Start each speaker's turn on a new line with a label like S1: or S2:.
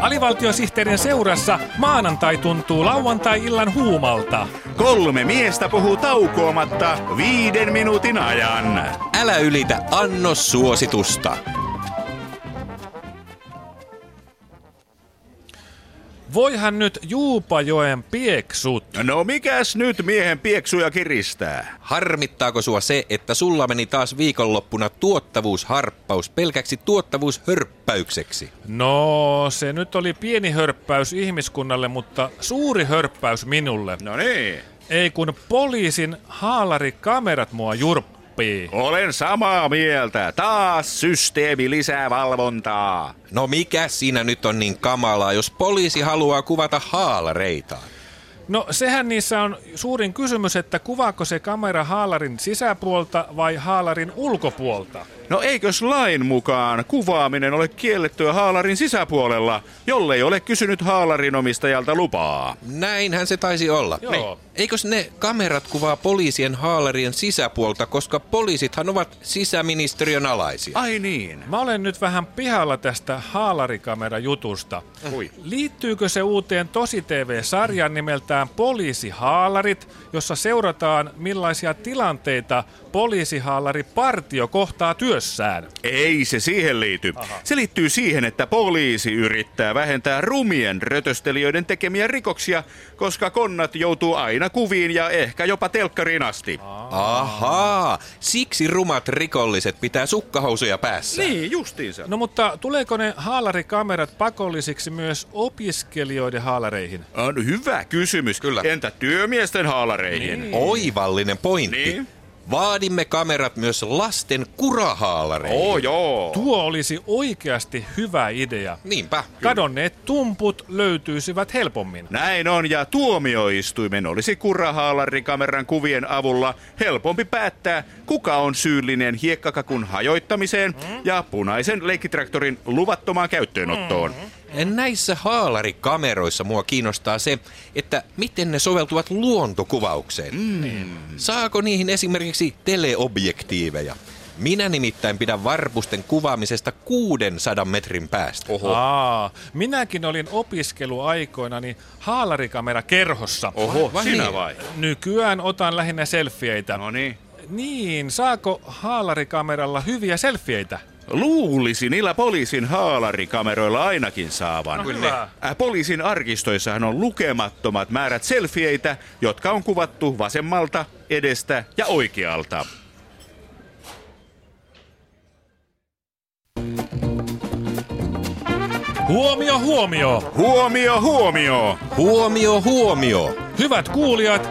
S1: Alivaltiosihteerin seurassa maanantai tuntuu lauantai-illan huumalta.
S2: Kolme miestä puhuu taukoamatta viiden minuutin ajan.
S3: Älä ylitä annossuositusta.
S1: Voihan nyt Juupajoen pieksut.
S2: No mikäs nyt miehen pieksuja kiristää?
S3: Harmittaako sua se, että sulla meni taas viikonloppuna tuottavuusharppaus pelkäksi tuottavuushörppäykseksi?
S1: No, se nyt oli pieni hörppäys ihmiskunnalle, mutta suuri hörppäys minulle.
S2: No niin.
S1: Ei kun poliisin haalarikamerat mua jurppii.
S2: Olen samaa mieltä. Taas systeemi lisää valvontaa.
S3: No mikä siinä nyt on niin kamalaa, jos poliisi haluaa kuvata haalareitaan?
S1: No sehän niissä on suurin kysymys, että kuvaako se kamera haalarin sisäpuolta vai haalarin ulkopuolta.
S2: No eikös lain mukaan kuvaaminen ole kiellettyä haalarin sisäpuolella, jollei ole kysynyt haalarin omistajalta lupaa?
S3: Näinhän se taisi olla.
S1: Joo. Niin.
S3: Eikös ne kamerat kuvaa poliisien haalarien sisäpuolta, koska poliisithan ovat sisäministeriön alaisia?
S2: Ai niin.
S1: Mä olen nyt vähän pihalla tästä haalarikamerajuttusta.
S2: Ui.
S1: Liittyykö se uuteen Tosi TV-sarjan nimeltään Poliisihaalarit, jossa seurataan millaisia tilanteita poliisihaalari partio kohtaa työssään?
S2: Ei se siihen liity. Se liittyy siihen, että poliisi yrittää vähentää rumien rötöstelijöiden tekemiä rikoksia, koska konnat joutuu aina kuviin ja ehkä jopa telkkariin asti.
S3: Ahaa, siksi rumat rikolliset pitää sukkahousuja päässä.
S2: Niin, justiinsa.
S1: No mutta tuleeko ne haalarikamerat pakollisiksi myös opiskelijoiden haalareihin?
S2: On hyvä kysymys.
S3: Kyllä. Niin.
S2: Entä työmiesten haalareihin?
S3: Oivallinen pointti.
S2: Niin.
S3: Vaadimme kamerat myös lasten kurahaalareihin.
S2: Oo, joo.
S1: Tuo olisi oikeasti hyvä idea.
S3: Niinpä.
S1: Kadonneet tumput löytyisivät helpommin.
S2: Näin on, ja tuomioistuimen olisi kurahaalarikameran kuvien avulla helpompi päättää, kuka on syyllinen hiekkakakun hajoittamiseen ja punaisen leikkitraktorin luvattomaan käyttöönottoon.
S3: Näissä haalarikameroissa mua kiinnostaa se, että miten ne soveltuvat luontokuvaukseen. Mm. Saako niihin esimerkiksi teleobjektiiveja? Minä nimittäin pidän varpusten kuvaamisesta 600 metrin päästä. Oho.
S1: Aa, minäkin olin opiskeluaikoinani haalarikamera kerhossa.
S2: Oho,
S3: Vai
S2: sinä
S3: niin?
S2: vai?
S1: Nykyään otan lähinnä selfieitä.
S2: No niin.
S1: Niin, saako haalarikameralla hyviä selfieitä?
S2: Luulisi niillä poliisin haalarikameroilla ainakin saavan.
S1: No hyvä.
S2: Äh, Poliisin arkistoissahan on lukemattomat määrät selfieitä, jotka on kuvattu vasemmalta, edestä ja oikealta.
S1: Huomio, huomio!
S2: Huomio, huomio!
S3: Huomio, huomio!
S1: Hyvät kuulijat,